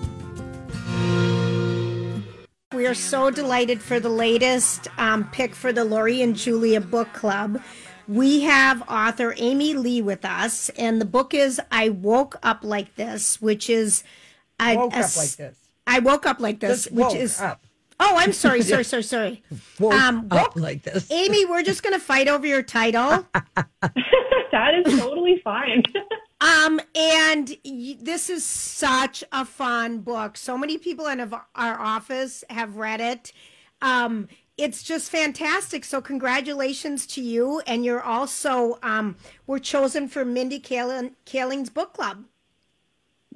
Speaker 3: we are so delighted for the latest um, pick for the Lori and Julia Book Club. We have author Amy Lee with us, and the book is I Woke Up Like This, which is. I
Speaker 2: Woke Up Like This.
Speaker 3: I woke up like this,
Speaker 2: Just
Speaker 3: which
Speaker 2: woke
Speaker 3: is.
Speaker 2: up.
Speaker 3: Oh, I'm
Speaker 2: <laughs>
Speaker 3: sorry, sorry, sorry, sorry.
Speaker 2: Woke
Speaker 3: Um,
Speaker 2: up
Speaker 3: woke-
Speaker 2: like this.
Speaker 3: Amy, we're just going to fight over your title.
Speaker 9: <laughs> That is totally fine. <laughs>
Speaker 3: Um, and y- this is such a fun book. So many people in of our office have read it. Um, it's just fantastic. So congratulations to you, and you're also um, were chosen for Mindy Kaling, Kaling's book club.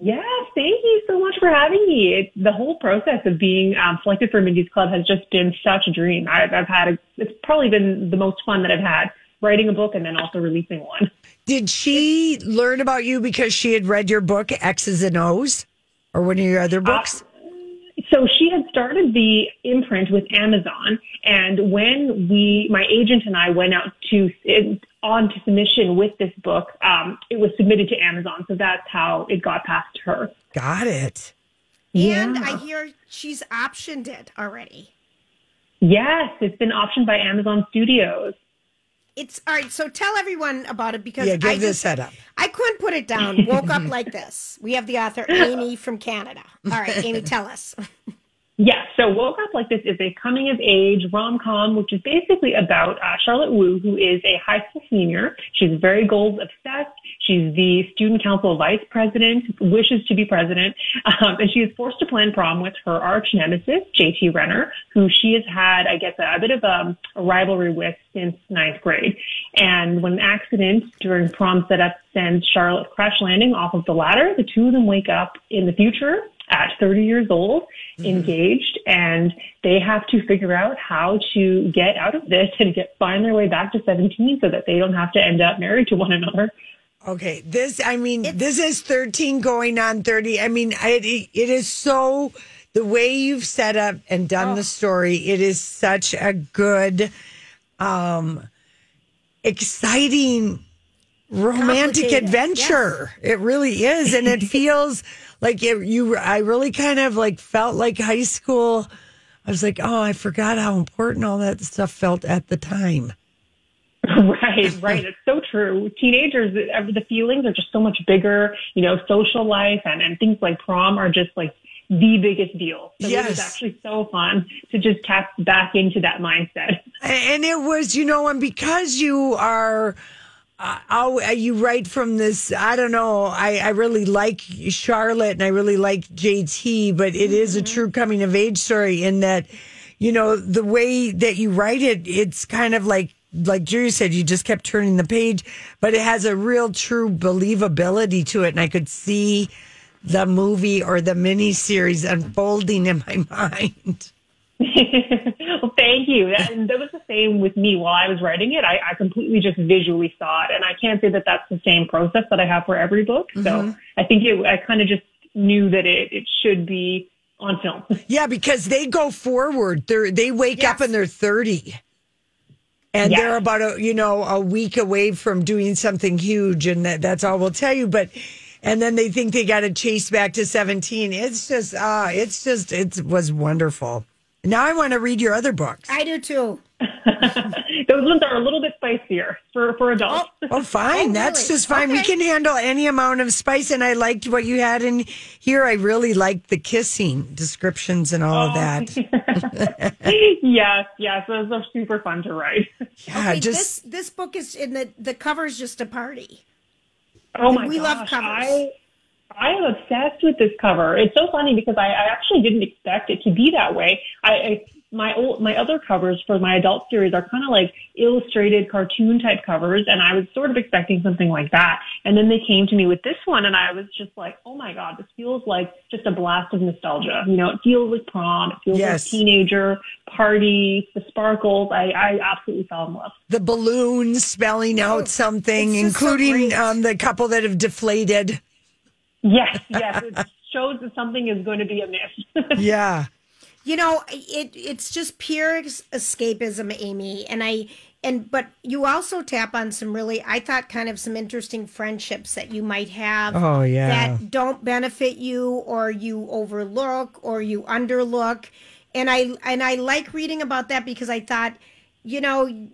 Speaker 9: yes, thank you so much for having me. It's, the whole process of being um, selected for Mindy's Club has just been such a dream. I've, I've had a, it's probably been the most fun that I've had writing a book and then also releasing one.
Speaker 2: Did she learn about you because she had read your book X's and O's, or one of your other books?
Speaker 3: Uh,
Speaker 9: So she had started the imprint with Amazon, and when we, my agent and I, went out to on to submission with this book, um, it was submitted to Amazon. So that's how it got past her.
Speaker 2: Got it.
Speaker 3: And I hear she's optioned it already.
Speaker 9: Yes, it's been optioned by Amazon Studios.
Speaker 3: It's all right. So tell everyone about it because
Speaker 2: Yeah, give
Speaker 3: I
Speaker 2: this
Speaker 3: just-
Speaker 2: head up.
Speaker 3: I couldn't put it down. Woke up like this. We have the author Amy from Canada. All right, Amy, tell us.
Speaker 9: Yes, so Woke Up Like This is a coming of age rom com, which is basically about uh, Charlotte Wu, who is a high school senior. She's very goals obsessed. She's the student council vice president, wishes to be president, um, and she is forced to plan prom with her arch nemesis, JT Renner, who she has had, I guess, a, a bit of um, a rivalry with since ninth grade. And when an accident during prom setup sends Charlotte crash landing off of the ladder, the two of them wake up in the future at 30 years old, engaged, and they have to figure out how to get out of this and get find their way back to 17 so that they don't have to end up married to one another. <laughs>
Speaker 2: Okay, this I mean, this is thirteen going on thirty. I mean, I- it it is so the way you've set up and done the story. It is such a good, um, exciting, romantic
Speaker 3: Complicated,
Speaker 2: adventure. It really is, and it feels like it, you. I really kind of like felt like high school. I was like, oh, I forgot how important all that stuff felt at the time.
Speaker 9: Right, right. It's so true. Teenagers, uh, the the feelings are just so much bigger. You know, social life and, and things like prom are just like the biggest deal. So it
Speaker 2: Yes.
Speaker 9: was actually so fun to just tap back into that mindset.
Speaker 2: And it was, you know, and because you are, uh, oh, you write from this, I don't know, I, I really like Charlotte and I really like JT, but it is a true coming of age story in that, you know, the way that you write it, it's kind of like, like Jerry said, you just kept turning the page, but it has a real true believability to it. And I could see the movie or the miniseries unfolding in my <laughs> mind.
Speaker 9: well, thank you. That- And that was the same with me while I was writing it. I, I completely just visually saw it, and I can't say that that's the same process that I have for every book. So
Speaker 2: Mhm.
Speaker 9: I think it, I kind of just knew that it, it should be on film. <laughs>
Speaker 2: Yeah, because they go forward. They are they wake up and they're thirty, and
Speaker 9: Yes.
Speaker 2: they're about a you know a week away from doing something huge, and that, that's all we'll tell you. But and then they think they got to chase back to seventeen. It's just uh it's just it was wonderful. Now I want to read your other
Speaker 3: <laughs>
Speaker 2: books.
Speaker 3: I do too.
Speaker 9: Those ones are a little bit spicier for, for adults.
Speaker 2: Oh, fine. That's
Speaker 3: really?
Speaker 2: just fine. We
Speaker 3: Okay.
Speaker 2: can handle any amount of spice. And I liked what you had in here. I really liked the kissing descriptions and all of oh,
Speaker 3: Oh. <laughs>
Speaker 2: that.
Speaker 9: <laughs> yes, yes, those are super fun to write.
Speaker 2: Yeah,
Speaker 3: Hey,
Speaker 2: just
Speaker 3: this this book is in the the cover is just a party.
Speaker 9: Oh my
Speaker 3: We love
Speaker 9: gosh,
Speaker 3: covers.
Speaker 9: I, I am obsessed with this cover. It's so funny because I, I actually didn't expect it to be that way. I, I my old, my other covers for my adult series are kind of like illustrated cartoon type covers, and I was sort of expecting something like that. And then they came to me with this one, and I was just like, oh my god, this feels like just a blast of nostalgia. You know, it feels like prom, it feels
Speaker 2: Yes.
Speaker 9: like teenager party, the sparkles. I, I absolutely fell in love.
Speaker 2: the balloon spelling out something,
Speaker 3: Oh, it's just so
Speaker 2: including
Speaker 3: great.
Speaker 2: um, the couple that have deflated.
Speaker 9: Yes, yes,
Speaker 3: <laughs>
Speaker 9: it shows that something is going to be amiss. <laughs>
Speaker 2: Yeah.
Speaker 3: You know, it it's just pure ex- escapism, Amy. And I and but you also tap on some really I thought kind of some interesting friendships that you might have.
Speaker 2: Oh, yeah.
Speaker 3: That don't benefit you or you overlook or you underlook. And I and I like reading about that because I thought, you know,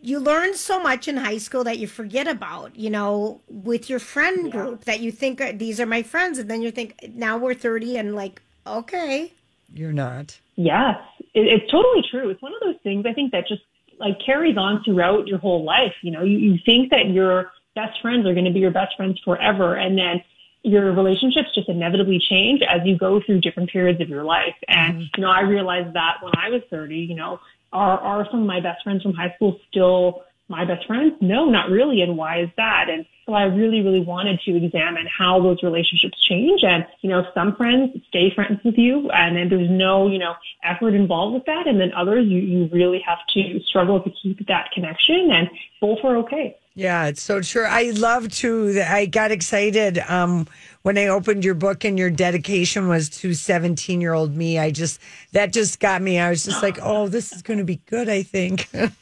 Speaker 3: you learn so much in high school that you forget about, you know, with your friend group that you think "Uh, these are my friends and then you think now we're 30 and like okay.
Speaker 2: You're not.
Speaker 9: Yes, it, it's totally true. It's one of those things I think that just like carries on throughout your whole life. You know, you, you think that your best friends are going to be your best friends forever, and then your relationships just inevitably change as you go through different periods of your life. And you know, I realized that when I was thirty, you know, are are some of my best friends from high school still my best friends? No, not really. And why is that? And so I really, really wanted to examine how those relationships change. And, you know, some friends stay friends with you and then there's no, you know, effort involved with that. And then others, you, you really have to struggle to keep that connection and both are okay.
Speaker 2: Yeah, it's so true. I love to. that I got excited um, when I opened your book and your dedication was to 17 year old me. I just, that just got me. I was just like, oh, this is going to be good, I think. <laughs>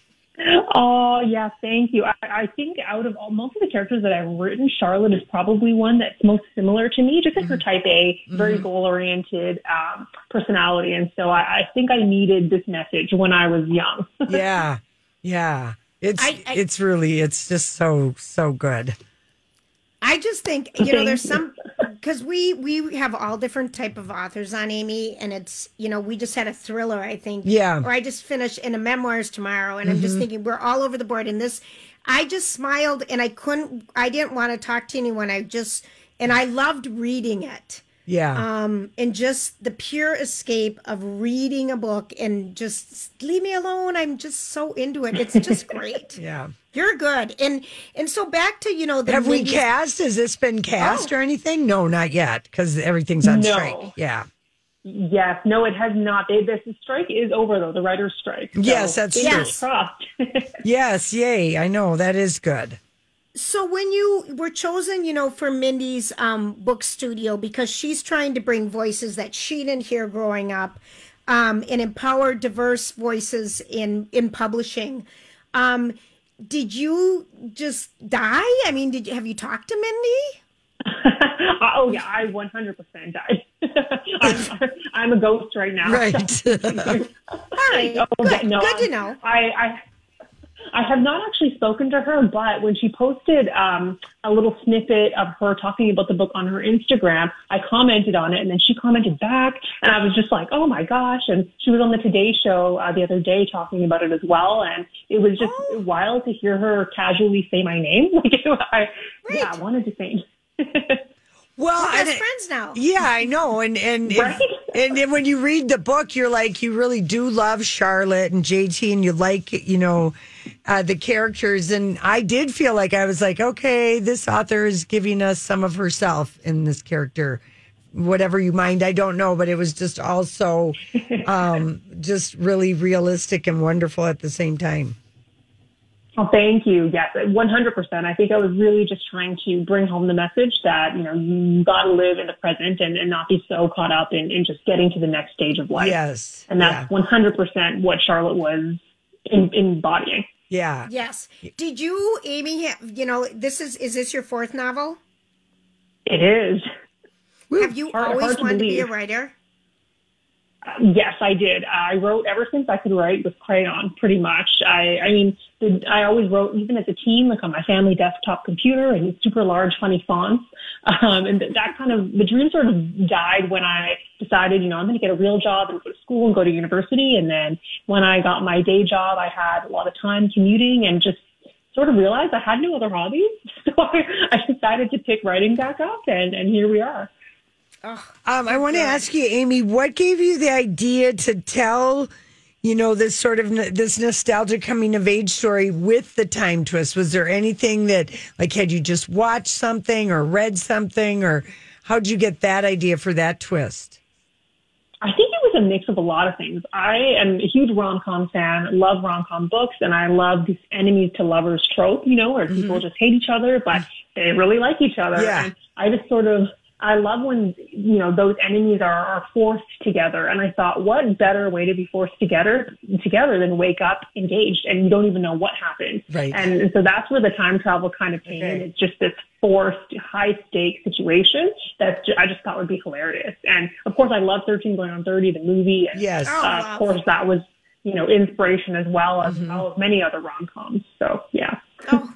Speaker 9: Oh yeah, thank you. I, I think out of all, most of the characters that I've written, Charlotte is probably one that's most similar to me, just because
Speaker 2: Mm-hmm.
Speaker 9: her type A, very goal oriented um, personality, and so I, I think I needed this message when I was young. <laughs>
Speaker 2: yeah. Yeah. It's,
Speaker 3: I- I-
Speaker 2: it's really, it's just so, so good.
Speaker 3: I just think you know
Speaker 2: <laughs>
Speaker 9: Thank
Speaker 3: there's
Speaker 9: you.
Speaker 3: some because we we have all different type of authors on Amy, and it's you know we just had a thriller I think
Speaker 2: Yeah. Mm-hmm.
Speaker 3: or I just finished in a memoirs tomorrow, and I'm just thinking we're all over the board in this. I just smiled and I couldn't I didn't want to talk to anyone. I just and I loved reading it
Speaker 2: Yeah.
Speaker 3: um, and just the pure escape of reading a book and just leave me alone. I'm just so into it. It's
Speaker 2: <laughs>
Speaker 3: just great.
Speaker 2: yeah.
Speaker 3: You're good. And and so back to you know the
Speaker 2: Have we
Speaker 3: mini-
Speaker 2: cast? Has this been cast or anything? No, not yet, because everything's on
Speaker 9: No.
Speaker 2: strike. Yeah.
Speaker 9: Yes, no, it has not. They, this the strike is over though. The writers' strike. So
Speaker 2: Yes, that's
Speaker 9: fingers <laughs> crossed.
Speaker 2: Yes, yay. I know that is good.
Speaker 3: So when you were chosen, you know, for Mindy's um, book studio because she's trying to bring voices that she didn't hear growing up, um, and empower diverse voices in in publishing. Um, did you just die? I mean, did you, have you talked to Mindy?
Speaker 9: oh yeah, I 100% died. <laughs>
Speaker 2: <laughs>
Speaker 9: I'm, I'm a ghost right now.
Speaker 2: Right. <laughs>
Speaker 3: All right,
Speaker 9: Oh,
Speaker 3: good,
Speaker 9: no,
Speaker 3: good to
Speaker 9: I-
Speaker 3: know.
Speaker 9: I, I I have not actually spoken to her, but when she posted um, a little snippet of her talking about the book on her Instagram, I commented on it, and then she commented back, and I was just like, "Oh my gosh!" And she was on the Today Show uh, the other day talking about it as well, and it was just
Speaker 3: Oh.
Speaker 9: wild to hear her casually say my name. <laughs> Like, I, yeah, I wanted to say.
Speaker 2: Well,
Speaker 3: We're
Speaker 2: and
Speaker 3: best
Speaker 2: it-
Speaker 3: friends now.
Speaker 2: Yeah, I know. And and if-
Speaker 9: Right?
Speaker 2: and then when you read the book, you're like, you really do love Charlotte and JT, and you like you know uh, the characters. And I did feel like I was like, okay, this author is giving us some of herself in this character. Whatever you mind, I don't know, but it was just
Speaker 9: <laughs>
Speaker 2: also um, just really realistic and wonderful at the same time.
Speaker 9: Oh, thank you. Yes, 100%. I think I was really just trying to bring home the message that, you know, you got to live in the present and, and not be so caught up in, in just getting to the next stage of life.
Speaker 2: Yes,
Speaker 9: And that's 100% what Charlotte was in, embodying.
Speaker 2: yeah,
Speaker 3: Yes. Did you, Amy? Have, you know, this is—is this your fourth novel?
Speaker 9: It is.
Speaker 3: Have you
Speaker 9: Hard-
Speaker 3: always
Speaker 9: hard to
Speaker 3: wanted to be a
Speaker 9: believe.
Speaker 3: writer?
Speaker 9: Yes, I did. I wrote ever since I could write with crayon, pretty much. I, I mean, the, I always wrote, even as a teen, like on my family desktop computer and super large, funny fonts. Um, and that, that kind of, the dream sort of died when I decided, you know, I'm going to get a real job and go to school and go to university. And then when I got my day job, I had a lot of time commuting and just sort of realized I had no other hobbies. <laughs> So I, I decided to pick writing back up and, and here we are.
Speaker 2: Um, I want to ask you, Amy, what gave you the idea to tell, you know, this sort of n- this nostalgia coming of age story with the time twist? Was there anything that, like, had you just watched something or read something, or how'd you get that idea for that twist?
Speaker 9: I think it was a mix of a lot of things. I am a huge rom com fan, love rom com books, and I love this enemies to lovers trope, you know, where people just hate each other, but they really like each other.
Speaker 2: Mm-hmm. Yeah.
Speaker 9: And I just sort of, I love when, you know, those enemies are, are forced together. And I thought, what better way to be forced together, together than wake up engaged and you don't even know what happened.
Speaker 2: Right.
Speaker 9: And, and so that's where the time travel kind of came in. It's just this forced, high stakes situation that ju- I just thought would be hilarious. And of course, I love 13 Going on 30, the movie. And,
Speaker 2: Yes.
Speaker 9: uh,
Speaker 3: Oh, wow.
Speaker 9: Of course, that was, you know, inspiration as well as,
Speaker 3: Mm-hmm.
Speaker 9: well as many other rom coms. So, yeah.
Speaker 3: Oh,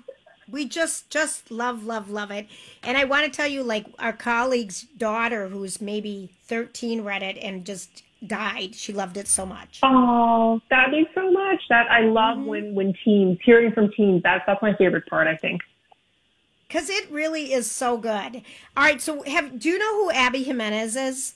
Speaker 3: we just just love love love it. And I want to tell you, like our colleague's daughter, who's maybe thirteen, read it and just died. She loved it so much.
Speaker 9: Oh, that means so much. That I love
Speaker 3: Mm-hmm.
Speaker 9: when, when teens, hearing from teens, that's, that's my favorite part, I think.
Speaker 3: Because it really is so good. All right, so have do you know who Abby Jimenez is?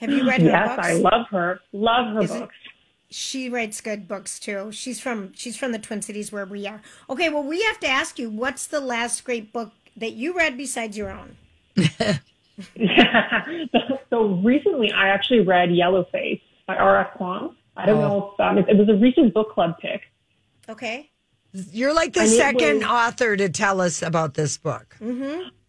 Speaker 3: Have you read her
Speaker 9: Yes,
Speaker 3: books?
Speaker 9: I love her. Love her
Speaker 3: Is it-
Speaker 9: books. <laughs>
Speaker 3: she writes good books too. She's from she's from the Twin Cities where we are. Okay, well we have to ask you, what's the last great book that you read besides your own?
Speaker 9: Yeah. So, so recently, I actually read Yellowface by R.F. Kuang. I don't
Speaker 3: Oh.
Speaker 9: know if um, it, it was a recent book club pick.
Speaker 3: Okay.
Speaker 2: You're like the
Speaker 9: And it
Speaker 2: second
Speaker 9: was-
Speaker 2: author to tell us about this book.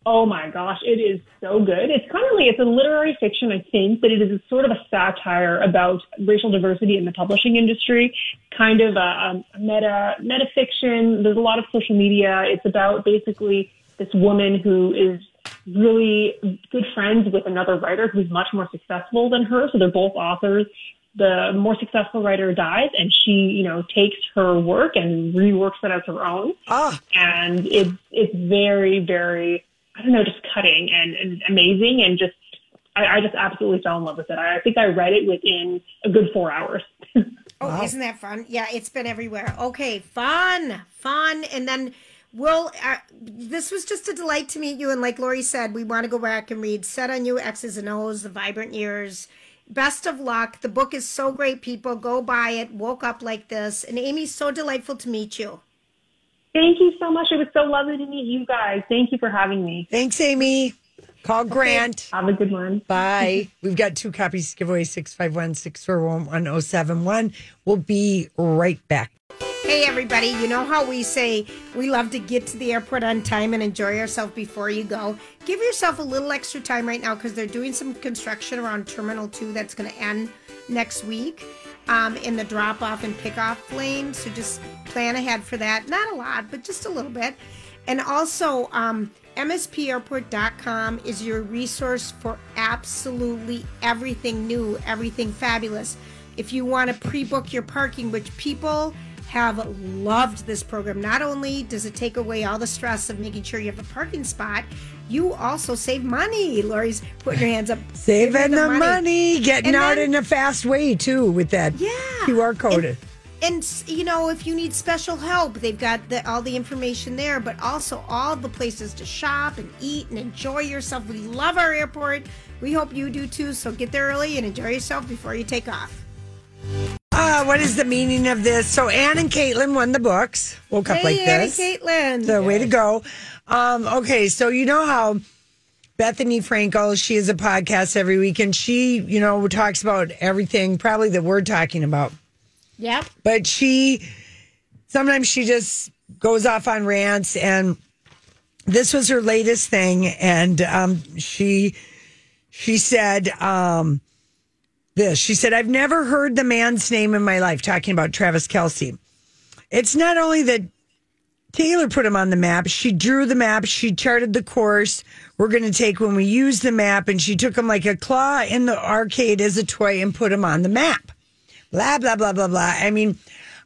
Speaker 9: Oh my gosh, it is so good. It's kind of like it's a literary fiction, I think, but it is a sort of a satire about racial diversity in the publishing industry. Kind of a, a meta meta fiction. There's a lot of social media. It's about basically this woman who is really good friends with another writer who's much more successful than her. So they're both authors. The more successful writer dies, and she, you know, takes her work and reworks it as her own
Speaker 2: Oh,
Speaker 9: and it's it's very very I don't know just cutting and, and amazing and just I, I just absolutely fell in love with it. I, I think I read it within a good four hours.
Speaker 3: Oh, isn't that fun? Yeah, it's been everywhere. Okay, fun, fun, and then we'll. Uh, this was just a delight to meet you, and like Lori said, we want to go back and read "Set on You," "X's and O's," "The Vibrant Years." Best of luck. The book is so great, people. Go buy it. Woke up like this, and Amy's so delightful to meet you.
Speaker 9: Thank you so much. It was so lovely to meet you guys. Thank you for having me.
Speaker 2: thanks, Amy. Call Grant.
Speaker 9: Have a good one.
Speaker 2: Bye. We've got two copies to give away 651 641 1071. We'll be right back.
Speaker 3: Hey, everybody, you know how we say we love to get to the airport on time and enjoy ourselves before you go? Give yourself a little extra time right now because they're doing some construction around Terminal 2 that's going to end next week um, in the drop off and pick off lane. So just plan ahead for that. Not a lot, but just a little bit. And also, um, MSPAirport.com is your resource for absolutely everything new, everything fabulous. If you want to pre book your parking, which people have loved this program. Not only does it take away all the stress of making sure you have a parking spot, you also save money. Lori's putting her hands up.
Speaker 2: Saving, the money, getting
Speaker 3: And
Speaker 2: out
Speaker 3: then-
Speaker 2: in a fast way too with that QR code.
Speaker 3: and s- you know if you need special help they've got the, all the information there but also all the places to shop and eat and enjoy yourself we love our airport we hope you do too so get there early and enjoy yourself before you take off
Speaker 2: Uh, what is the meaning of this? So Anne and Caitlin won the books. Woke up
Speaker 3: Hey,
Speaker 2: like
Speaker 3: Anne and
Speaker 2: this.
Speaker 3: Caitlin.
Speaker 2: The way to go. Um, okay, so you know how Bethany Frankel, she is a podcast every week and she, you know, talks about everything probably that we're talking about.
Speaker 3: yep
Speaker 2: But she sometimes she just goes off on rants and this was her latest thing and um she she said um this. She said, I've never heard the man's name in my life, talking about Travis Kelsey. It's not only that Taylor put him on the map, she drew the map, she charted the course we're going to take when we use the map, and she took him like a claw in the arcade as a toy and put him on the map. Blah, blah, blah, blah, blah. I mean,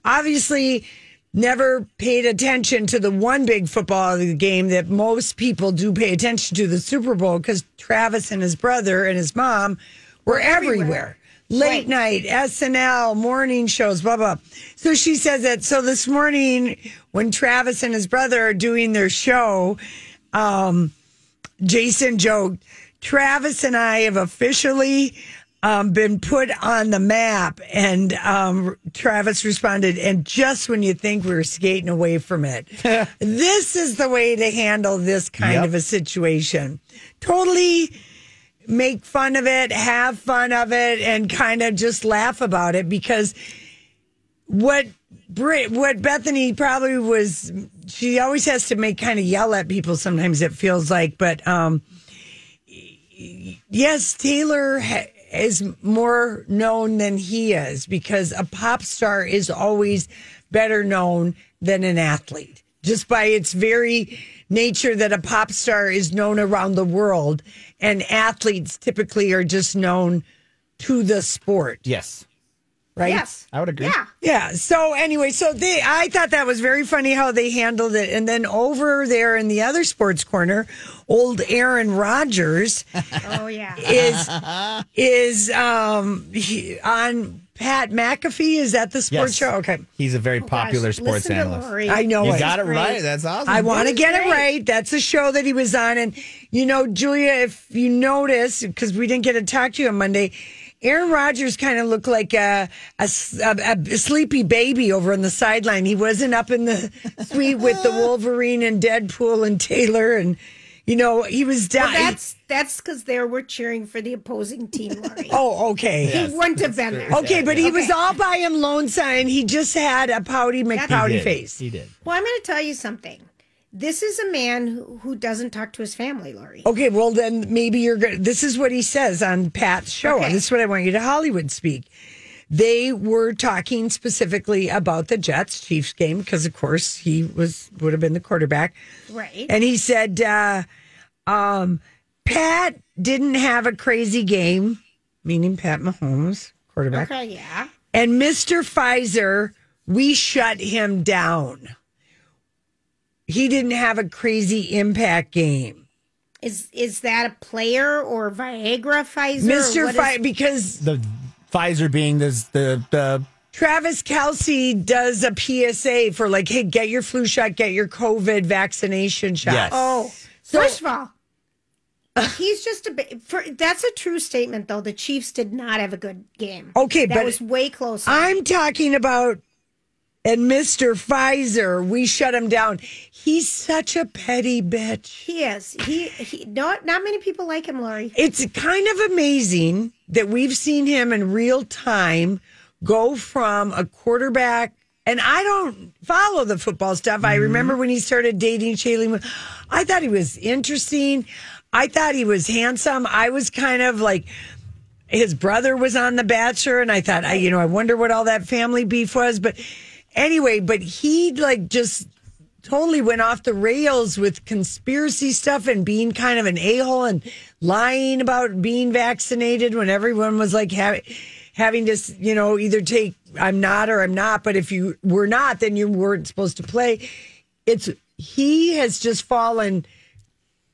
Speaker 2: obviously, never paid attention to the one big football game that most people do pay attention to the Super Bowl because Travis and his brother and his mom were everywhere. Late night, SNL, morning shows, blah, blah. So she says that. So this morning, when Travis and his brother are doing their show, um, Jason joked, Travis and I have officially um, been put on the map. And um, Travis responded, and just when you think we were skating away from it, this is the way to handle this kind
Speaker 1: Yep.
Speaker 2: of a situation. Totally make fun of it, have fun of it, and kind of just laugh about it because what Brit, what Bethany probably was, she always has to make kind of yell at people. Sometimes it feels like, but um, yes, Taylor ha- is more known than he is because a pop star is always better known than an athlete, just by its very nature that a pop star is known around the world, and athletes typically are just known to the sport,
Speaker 1: Yes.
Speaker 2: right?
Speaker 3: yes
Speaker 1: I would agree.
Speaker 3: yeah
Speaker 2: Yeah. So anyway, so they, I thought that was very funny how they handled it. And then over there in the other sports corner, old Aaron Rodgers
Speaker 1: <laughs>
Speaker 3: oh yeah
Speaker 2: is is um he, on Pat McAfee. Is that the sports
Speaker 1: Yes.
Speaker 2: show? Okay,
Speaker 1: He's a very popular
Speaker 3: Oh, Gosh,
Speaker 1: sports
Speaker 3: listen to
Speaker 1: analyst.
Speaker 3: Lori.
Speaker 2: I know
Speaker 1: You
Speaker 2: it.
Speaker 1: got it
Speaker 3: great.
Speaker 1: right. That's awesome.
Speaker 2: I want to
Speaker 3: That's
Speaker 2: get it
Speaker 3: great.
Speaker 2: right. That's a show that he was on. And, you know, Julia, if you notice, because we didn't get to talk to you on Monday, Aaron Rodgers kind of looked like a, a s- a- a sleepy baby over on the sideline. He wasn't up in
Speaker 3: <laughs>
Speaker 2: the suite with the Wolverine and Deadpool and Taylor. And, you know, he was down.
Speaker 3: But that's that's because there we're cheering for the
Speaker 2: <laughs>
Speaker 3: opposing team Lori.
Speaker 2: oh, okay.
Speaker 3: he wouldn't have been there
Speaker 2: Okay, but he was
Speaker 3: Okay.
Speaker 2: all by him lonesome. And he just had a pouty
Speaker 1: He
Speaker 2: McPouty
Speaker 1: did.
Speaker 2: face.
Speaker 1: He did.
Speaker 3: well i'm going to tell you something this is a man who, who doesn't talk to his family Lori.
Speaker 2: Okay, well then maybe you're good. This is what he says on Pat's show.
Speaker 3: Okay.
Speaker 2: This is what I want you to Hollywood speak. They were talking specifically about the Jets Chiefs game because, of course, he was would have been the quarterback,
Speaker 3: right
Speaker 2: and he said, uh, um, "Pat didn't have a crazy game," meaning Pat Mahomes, quarterback,
Speaker 3: okay yeah
Speaker 2: and Mister Pfizer. We shut him down. He didn't have a crazy impact game.
Speaker 3: Is is that a player or Viagra Pfizer? or
Speaker 2: Mr.
Speaker 3: what
Speaker 2: Fi
Speaker 3: is-
Speaker 2: because
Speaker 1: The Pfizer being this the the
Speaker 2: Travis Kelsey does a PSA for like, hey, get your flu shot, get your COVID vaccination shot.
Speaker 1: Yes.
Speaker 3: oh, first of all, he's just a. ba- For, that's a true statement, though. The Chiefs did not have a good game.
Speaker 2: Okay,
Speaker 3: that
Speaker 2: but-
Speaker 3: was way close.
Speaker 2: I'm talking about and Mr. Pfizer, we shut him down. He's such a petty bitch.
Speaker 3: he is. He he. Not not many people like him, Lori.
Speaker 2: It's kind of amazing that we've seen him in real time go from a quarterback. And I don't follow the football stuff. I remember when he started dating Shailene. Wood- I thought he was interesting. I thought he was handsome. I was kind of like his brother was on The Bachelor, and I thought, I, you know, I wonder what all that family beef was. But anyway, but he like just totally went off the rails with conspiracy stuff and being kind of an a hole and lying about being vaccinated when everyone was like, having. having to, you know, either take I'm not or I'm not. But if you were not, then you weren't supposed to play. It's he has just fallen.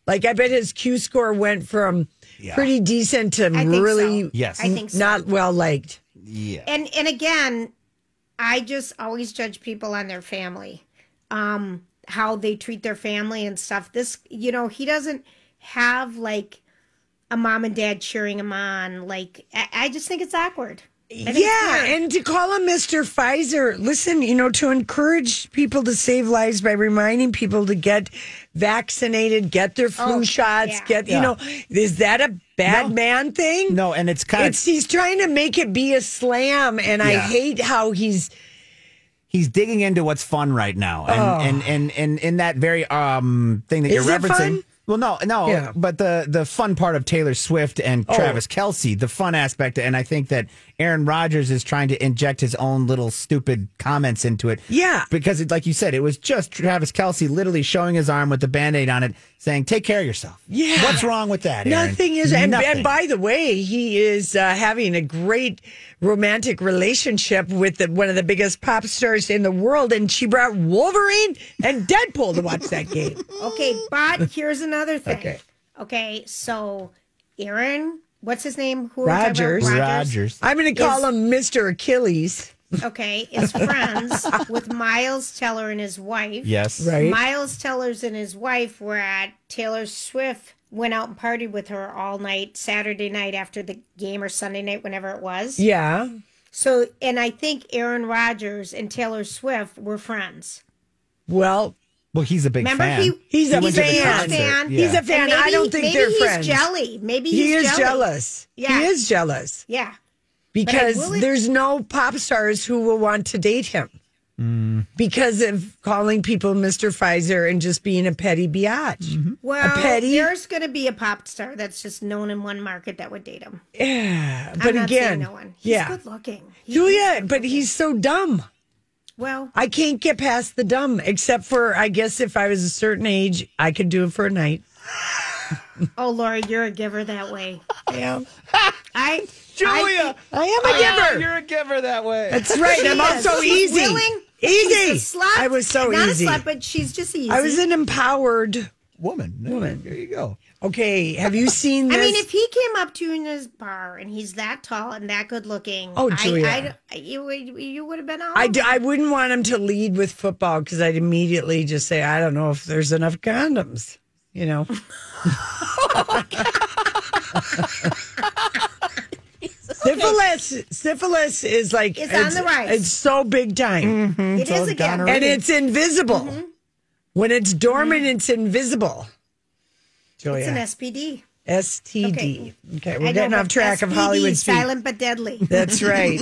Speaker 2: Like I bet his Q score went from
Speaker 3: Yeah.
Speaker 2: pretty decent to
Speaker 3: I think so.
Speaker 2: really
Speaker 3: Yes. I think so.
Speaker 2: not well liked.
Speaker 1: Yeah.
Speaker 3: And and again, I just always judge people on their family, um, how they treat their family and stuff. This, you know, he doesn't have like a mom and dad cheering him on. Like I, I just think it's awkward. I think it's
Speaker 2: Yeah,
Speaker 3: weird.
Speaker 2: and to call him Mr. Pfizer, listen, you know, to encourage people to save lives by reminding people to get vaccinated, get their flu
Speaker 3: Oh,
Speaker 2: shots,
Speaker 3: yeah.
Speaker 2: get,
Speaker 1: Yeah.
Speaker 2: you know, is that a bad man thing?
Speaker 1: No, and it's kind
Speaker 2: It's
Speaker 1: of
Speaker 2: he's trying to make it be a slam and I
Speaker 1: Yeah.
Speaker 2: hate how he's
Speaker 1: he's digging into what's fun right now, and
Speaker 2: Oh.
Speaker 1: and, and and in that very um thing that
Speaker 2: Is
Speaker 1: you're
Speaker 2: it
Speaker 1: referencing.
Speaker 2: fun?
Speaker 1: Well, no, no,
Speaker 2: Yeah.
Speaker 1: but the the fun part of Taylor Swift and
Speaker 2: Oh.
Speaker 1: Travis Kelsey, the fun aspect, and I think that Aaron Rodgers is trying to inject his own little stupid comments into it.
Speaker 2: Yeah.
Speaker 1: because it, like you said, it was just Travis Kelsey literally showing his arm with the band-aid on it, saying, "Take care of yourself."
Speaker 2: Yeah.
Speaker 1: what's wrong with that? Aaron?
Speaker 2: Nothing is, and,
Speaker 1: Nothing.
Speaker 2: and by the way, he is uh, having a great romantic relationship with the, one of the biggest pop stars in the world, and she brought Wolverine and Deadpool to watch that
Speaker 1: <laughs>
Speaker 2: game.
Speaker 3: Okay, but here's another thing.
Speaker 1: Okay.
Speaker 3: Okay. so Aaron, what's his name? Who are we talking about?
Speaker 2: Rogers.
Speaker 1: Rodgers.
Speaker 2: I'm going to call him Mr. Achilles.
Speaker 3: Okay, is friends
Speaker 1: <laughs>
Speaker 3: with Miles Teller and his wife.
Speaker 1: Yes.
Speaker 2: Right.
Speaker 3: Miles Teller's and his wife were at Taylor Swift went out and partied with her all night Saturday night after the game or Sunday night whenever it was.
Speaker 2: Yeah.
Speaker 3: So and I think Aaron Rodgers and Taylor Swift were friends.
Speaker 2: Well,
Speaker 1: Well, he's a big
Speaker 3: Remember
Speaker 1: fan.
Speaker 3: he
Speaker 2: he's a
Speaker 1: went to the
Speaker 2: fan.
Speaker 1: concert.
Speaker 3: fan.
Speaker 1: Yeah.
Speaker 2: He's a fan.
Speaker 3: And maybe-
Speaker 2: I don't think
Speaker 3: maybe
Speaker 2: they're
Speaker 3: he's
Speaker 2: friends.
Speaker 3: jelly. Maybe he's
Speaker 2: He is
Speaker 3: jelly.
Speaker 2: jealous.
Speaker 3: Yeah.
Speaker 2: He is jealous
Speaker 3: Yeah.
Speaker 2: because
Speaker 3: will-
Speaker 2: there's no pop stars who will want to date him because of calling people Mr. Pfizer and just being a petty biatch.
Speaker 3: Well,
Speaker 2: petty-
Speaker 3: there's going to be a pop star that's just known in one market that would date him.
Speaker 2: Yeah,
Speaker 3: I'm
Speaker 2: but
Speaker 3: not saying
Speaker 2: again,
Speaker 3: no one. He's
Speaker 2: yeah,
Speaker 3: good looking. He-
Speaker 2: Julia, but he's so dumb.
Speaker 3: well,
Speaker 2: I can't get past the dumb, except for I guess if I was a certain age, I could do it for a night.
Speaker 3: oh Lori, you're a giver that way.
Speaker 2: I am.
Speaker 3: I
Speaker 1: Julia,
Speaker 2: I am a giver.
Speaker 1: you're a giver that way.
Speaker 2: That's right. I'm also
Speaker 3: She's
Speaker 2: easy.
Speaker 3: willing.
Speaker 2: Easy.
Speaker 3: She's a slut.
Speaker 2: I was so
Speaker 3: not
Speaker 2: easy.
Speaker 3: Not a slut, but she's just easy.
Speaker 2: I was an empowered.
Speaker 1: woman. Woman. There you go.
Speaker 2: Okay, have you seen
Speaker 3: I
Speaker 2: this?
Speaker 3: mean, if he came up to you in his bar and he's that tall and that good looking,
Speaker 2: Oh,
Speaker 3: I-
Speaker 2: Julia.
Speaker 3: I, I, you would you would have been all.
Speaker 2: I, d- I wouldn't want him to lead with football because I'd immediately just say, I don't know if there's enough condoms, you
Speaker 3: <laughs>
Speaker 2: know? syphilis, syphilis is like,
Speaker 3: It's on the rise. Mm-hmm.
Speaker 2: It's so big time.
Speaker 3: it is again.
Speaker 2: And it's invisible.
Speaker 3: Mm-hmm.
Speaker 2: When it's dormant, it's invisible. Julia.
Speaker 3: Mm. It's an SPD.
Speaker 2: STD. Okay,
Speaker 3: Okay.
Speaker 2: we're
Speaker 3: I know,
Speaker 2: getting off
Speaker 3: but
Speaker 2: track of
Speaker 3: SPD,
Speaker 2: Hollywood speak.
Speaker 3: Silent but deadly.
Speaker 2: <laughs> That's right.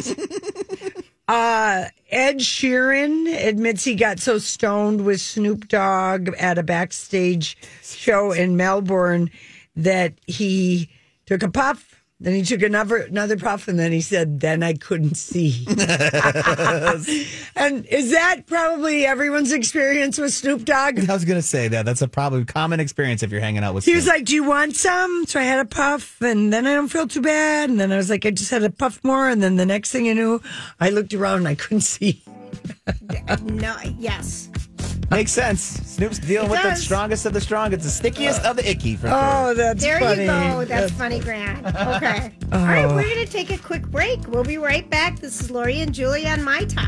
Speaker 2: uh, Ed Sheeran admits he got so stoned with Snoop Dogg at a backstage show in Melbourne that he took a puff, then he took another another puff, and then he said, "Then I couldn't <laughs> see." and is that probably everyone's experience with Snoop
Speaker 1: <laughs>
Speaker 2: Dogg?
Speaker 1: I was gonna say that. That's a probably common experience if you're hanging out with.
Speaker 2: He was
Speaker 1: Snoop.
Speaker 2: like, "Do you want some?" So I had a puff, and then I don't feel too bad. And then I was like, "I just had a puff more." And then the next thing I knew, I looked around and I couldn't see.
Speaker 3: no, yes.
Speaker 1: makes sense. Snoop's dealing
Speaker 3: It
Speaker 1: with the
Speaker 3: does.
Speaker 1: strongest of the strong. It's the stickiest of the icky for sure.
Speaker 2: Oh, that's
Speaker 3: There
Speaker 2: funny.
Speaker 3: you go. That's
Speaker 2: <laughs>
Speaker 3: funny, Grant. Okay. All right, we're going to take a quick break. We'll be right back. This is Lori and Julie on My Talk.